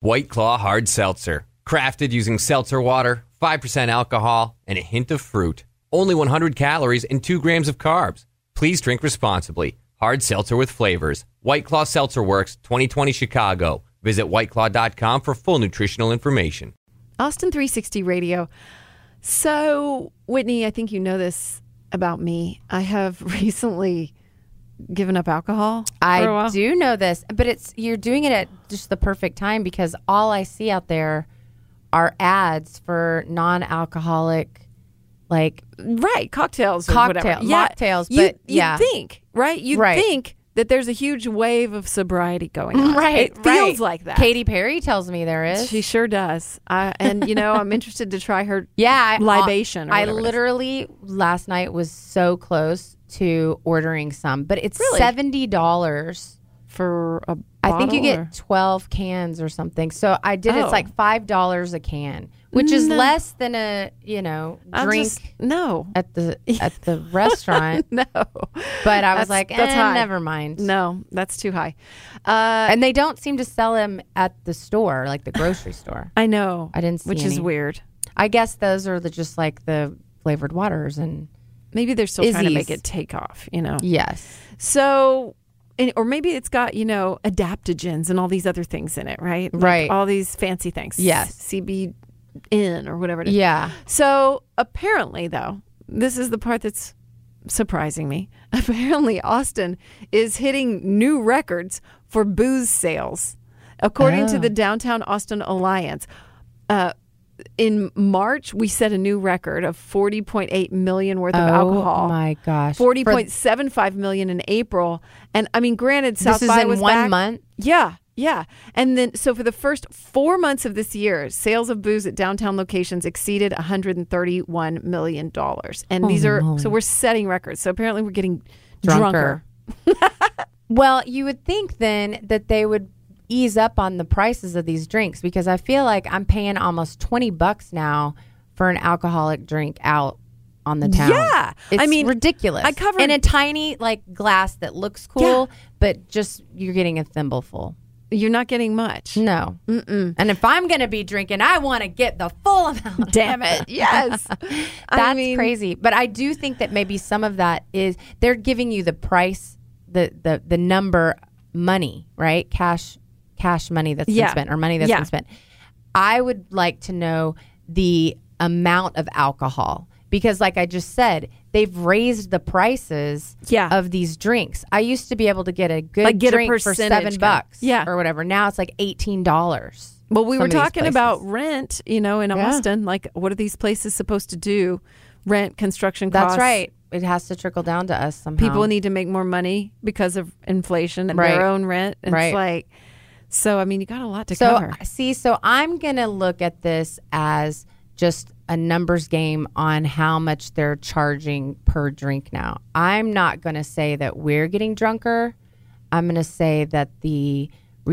White Claw Hard Seltzer. Crafted using seltzer water, 5% alcohol, and a hint of fruit. Only 100 calories and 2 grams of carbs. Please drink responsibly. Hard seltzer with flavors. White Claw Seltzer Works, 2020 Chicago. Visit whiteclaw.com for full nutritional information. Austin 360 Radio. So, Whitney, I think you know this about me. I have recently given up alcohol. for a I while. do know this, but it's you're doing it at just the perfect time because all I see out there are ads for non-alcoholic, like Right, cocktails, or whatever. Cocktail- mocktails, you, but you yeah. think right? You Right. think that there's a huge wave of sobriety going on. it feels right. like that. Katy Perry tells me there is. she sure does. I, and you know, I'm interested to try her. yeah, I, uh, libation or I whatever it is. literally last night was so close to ordering some, but it's Really? seventy dollars. for a. I think you bottle, get or- 12 cans or something. So I did Oh. it's like $5 a can, which is less than a, you know, I'm drink just- no, at the at the restaurant, no, but I That's- was like, that's eh, high. never mind. no. That's too high. Uh, And they don't seem to sell them at the store, like the grocery store. I know. I didn't see which is any. weird. I guess those are the just like the flavored waters and Maybe they're still trying to make Izzy's. it take off. You know. yes. So, and, or maybe it's got, you know, adaptogens and all these other things in it, right? Like Right. all these fancy things. Yes. CBN or whatever it is. Yeah. So, apparently, though, this is the part that's surprising me. Apparently, Austin is hitting new records for booze sales. According to the Ah. Downtown Austin Alliance, uh, in March, we set a new record of 40.8 million worth of alcohol. Oh my gosh. Forty For- point seven five million in April, and I mean, granted, South This is by in was one back- month? Yeah, yeah, and then so for the first four months of this year, sales of booze at downtown locations exceeded one hundred and thirty-one million dollars, and these are so we're setting records. So apparently, we're getting drunker. Drunker. Well, you would think then that they would ease up on the prices of these drinks because I feel like I'm paying almost 20 bucks now for an alcoholic drink out on the town. Yeah. It's I mean, ridiculous. I covered- in a tiny like glass that looks cool, but just you're getting a thimbleful. You're not getting much. No. Mm-mm. And if I'm going to be drinking, I want to get the full amount. Damn it! Yes, that's That's crazy. But I do think that maybe some of that is they're giving you the price, the the the number money, right? Cash cash money that's Yeah. been spent or money that's Yeah. been spent. I would like to know the amount of alcohol because like I just said, they've raised the prices Yeah. of these drinks. I used to be able to get a good Like, get a drink for percentage seven kind. bucks Yeah. or whatever. Now it's like eighteen dollars. Well, we some were of these talking places. about rent, you know, in Austin. Like, what are these places supposed to do? Rent, construction That's costs. right. It has to trickle down to us somehow. people need to make more money because of inflation and Right. their own rent. And It's Right. like, so I mean, you got a lot to So cover. see, so I'm gonna look at this as just a numbers game on how much they're charging per drink now. I'm not gonna say that we're getting drunker. I'm gonna say that the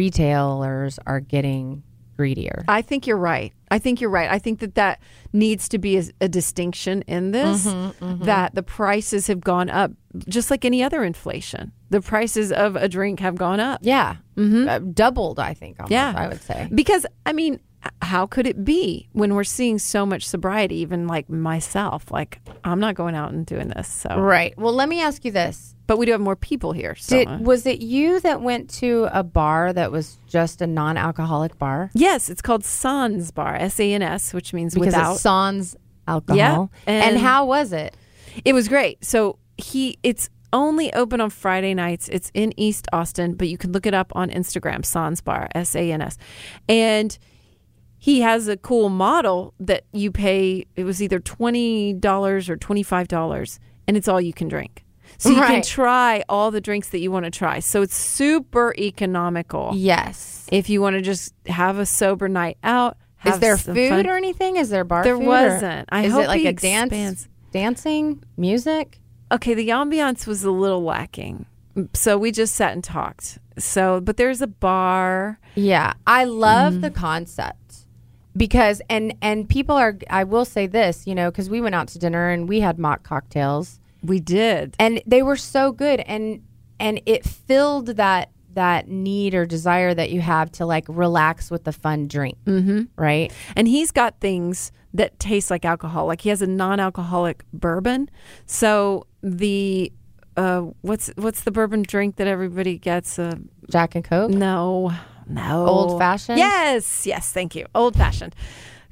retailers are getting greedier. I think you're right. I think you're right. I think that that needs to be a, a distinction in this that the prices have gone up just like any other inflation. The prices of a drink have gone up. Yeah, mm-hmm. doubled. I think. Almost, Yeah. I would say. Because I mean, h- how could it be when we're seeing so much sobriety even like myself, like I'm not going out and doing this. So Right. Well, let me ask you this: but we do have more people here. So uh, Did was it you that went to a bar that was just a non-alcoholic bar? Yes, it's called Sans Bar, S A N S, which means Because without. it sans alcohol. and- and how was it? it was great. So he, it's only open on Friday nights. It's in East Austin, but you can look it up on Instagram, Sans Bar, S A N S, and he has a cool model that you pay. It was either twenty dollars or twenty five dollars, and it's all you can drink. So you can Right. try all the drinks that you want to try. So it's super economical. Yes. If you want to just have a sober night out, have Is there some food fun- or anything? Is there bar There food? or- wasn't. I is hope it like he a dance, expands. dancing, music? Okay, the ambiance was a little lacking. So we just sat and talked. So, but there's a bar. Yeah, I love Mm-hmm. the concept because and and people are. I will say this, you know, because we went out to dinner and we had mock cocktails We did. and they were so good and and it filled that that need or desire that you have to like relax with the fun drink, mm-hmm. right? And he's got things that taste like alcohol. Like he has a non-alcoholic bourbon. So the uh, what's what's the bourbon drink that everybody gets? Uh, Jack and Coke. no, no, Old fashioned? Yes, yes. Thank you. Old fashioned.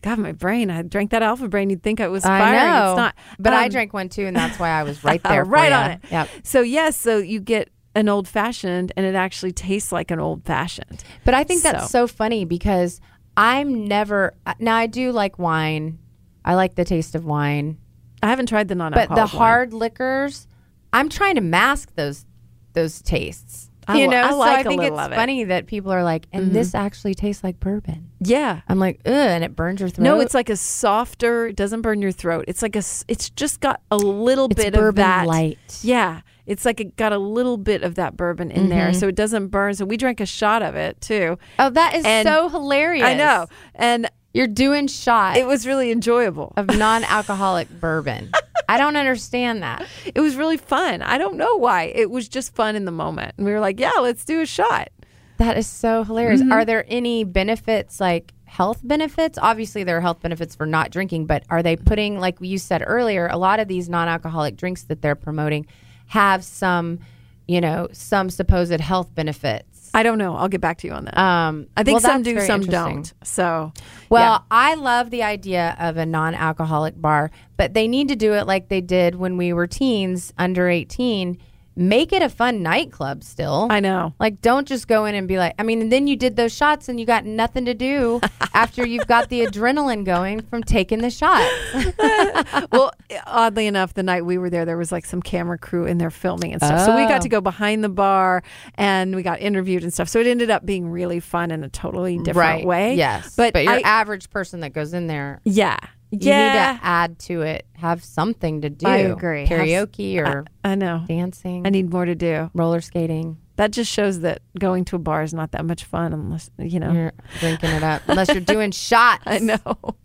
God, my brain. I drank that alpha brain. You'd think I was I firing. know, It's not. but I Um, drank one too, and that's why I was right there, for right ya. on it. Yep. So yes, so you get an old fashioned, and it actually tastes like an old fashioned. But I think that's So- so, funny because I'm never now I do like wine. I like the taste of wine. I haven't tried the non-alcoholic. But the wine. hard liquors, I'm trying to mask those those tastes. I li- you know, I so like I a think little it's of it. Mm-hmm. funny that people are like, and this actually tastes like bourbon. yeah. I'm like, ugh, and it burns your throat. No, it's like a softer. It doesn't burn your throat. It's like a. s- It's just got a little It's bit of bourbon that light. Yeah, it's like it got a little bit of that bourbon in there, so it doesn't burn. So we drank a shot of it too. Mm-hmm. oh, that is and- so hilarious. I know, and You're doing shots it was really enjoyable. of non-alcoholic bourbon. I don't understand that. It was really fun. I don't know why. It was just fun in the moment, and we were like, "Yeah, let's do a shot." That is so hilarious. Mm-hmm. Are there any benefits, like health benefits? Obviously, there are health benefits for not drinking, but are they putting, like you said earlier, a lot of these non alcoholic drinks that they're promoting have some, you know, some supposed health benefits? I don't know. I'll get back to you on that. Um, I think well, some that's do, very some interesting. don't. So, Well, yeah. I love the idea of a non alcoholic bar, but they need to do it like they did when we were teens under 18. Make it a fun nightclub still. I know. Like, don't just go in and be like, I mean, and then you did those shots and you got nothing to do after you've got the adrenaline going from taking the shot. well, oddly enough, the night we were there, there was like some camera crew in there filming and stuff. So we got Oh. to go behind the bar and we got interviewed and stuff. So it ended up being really fun in a totally different way. Yes. But, But, your I, average person that goes in there, yeah. you yeah. need to add to it, have something to do. I agree. Have s- Karaoke or I know. dancing, I need more to do. roller skating. That just shows that going to a bar is not that much fun unless, you know. You're drinking it up, unless you're doing shots. I know.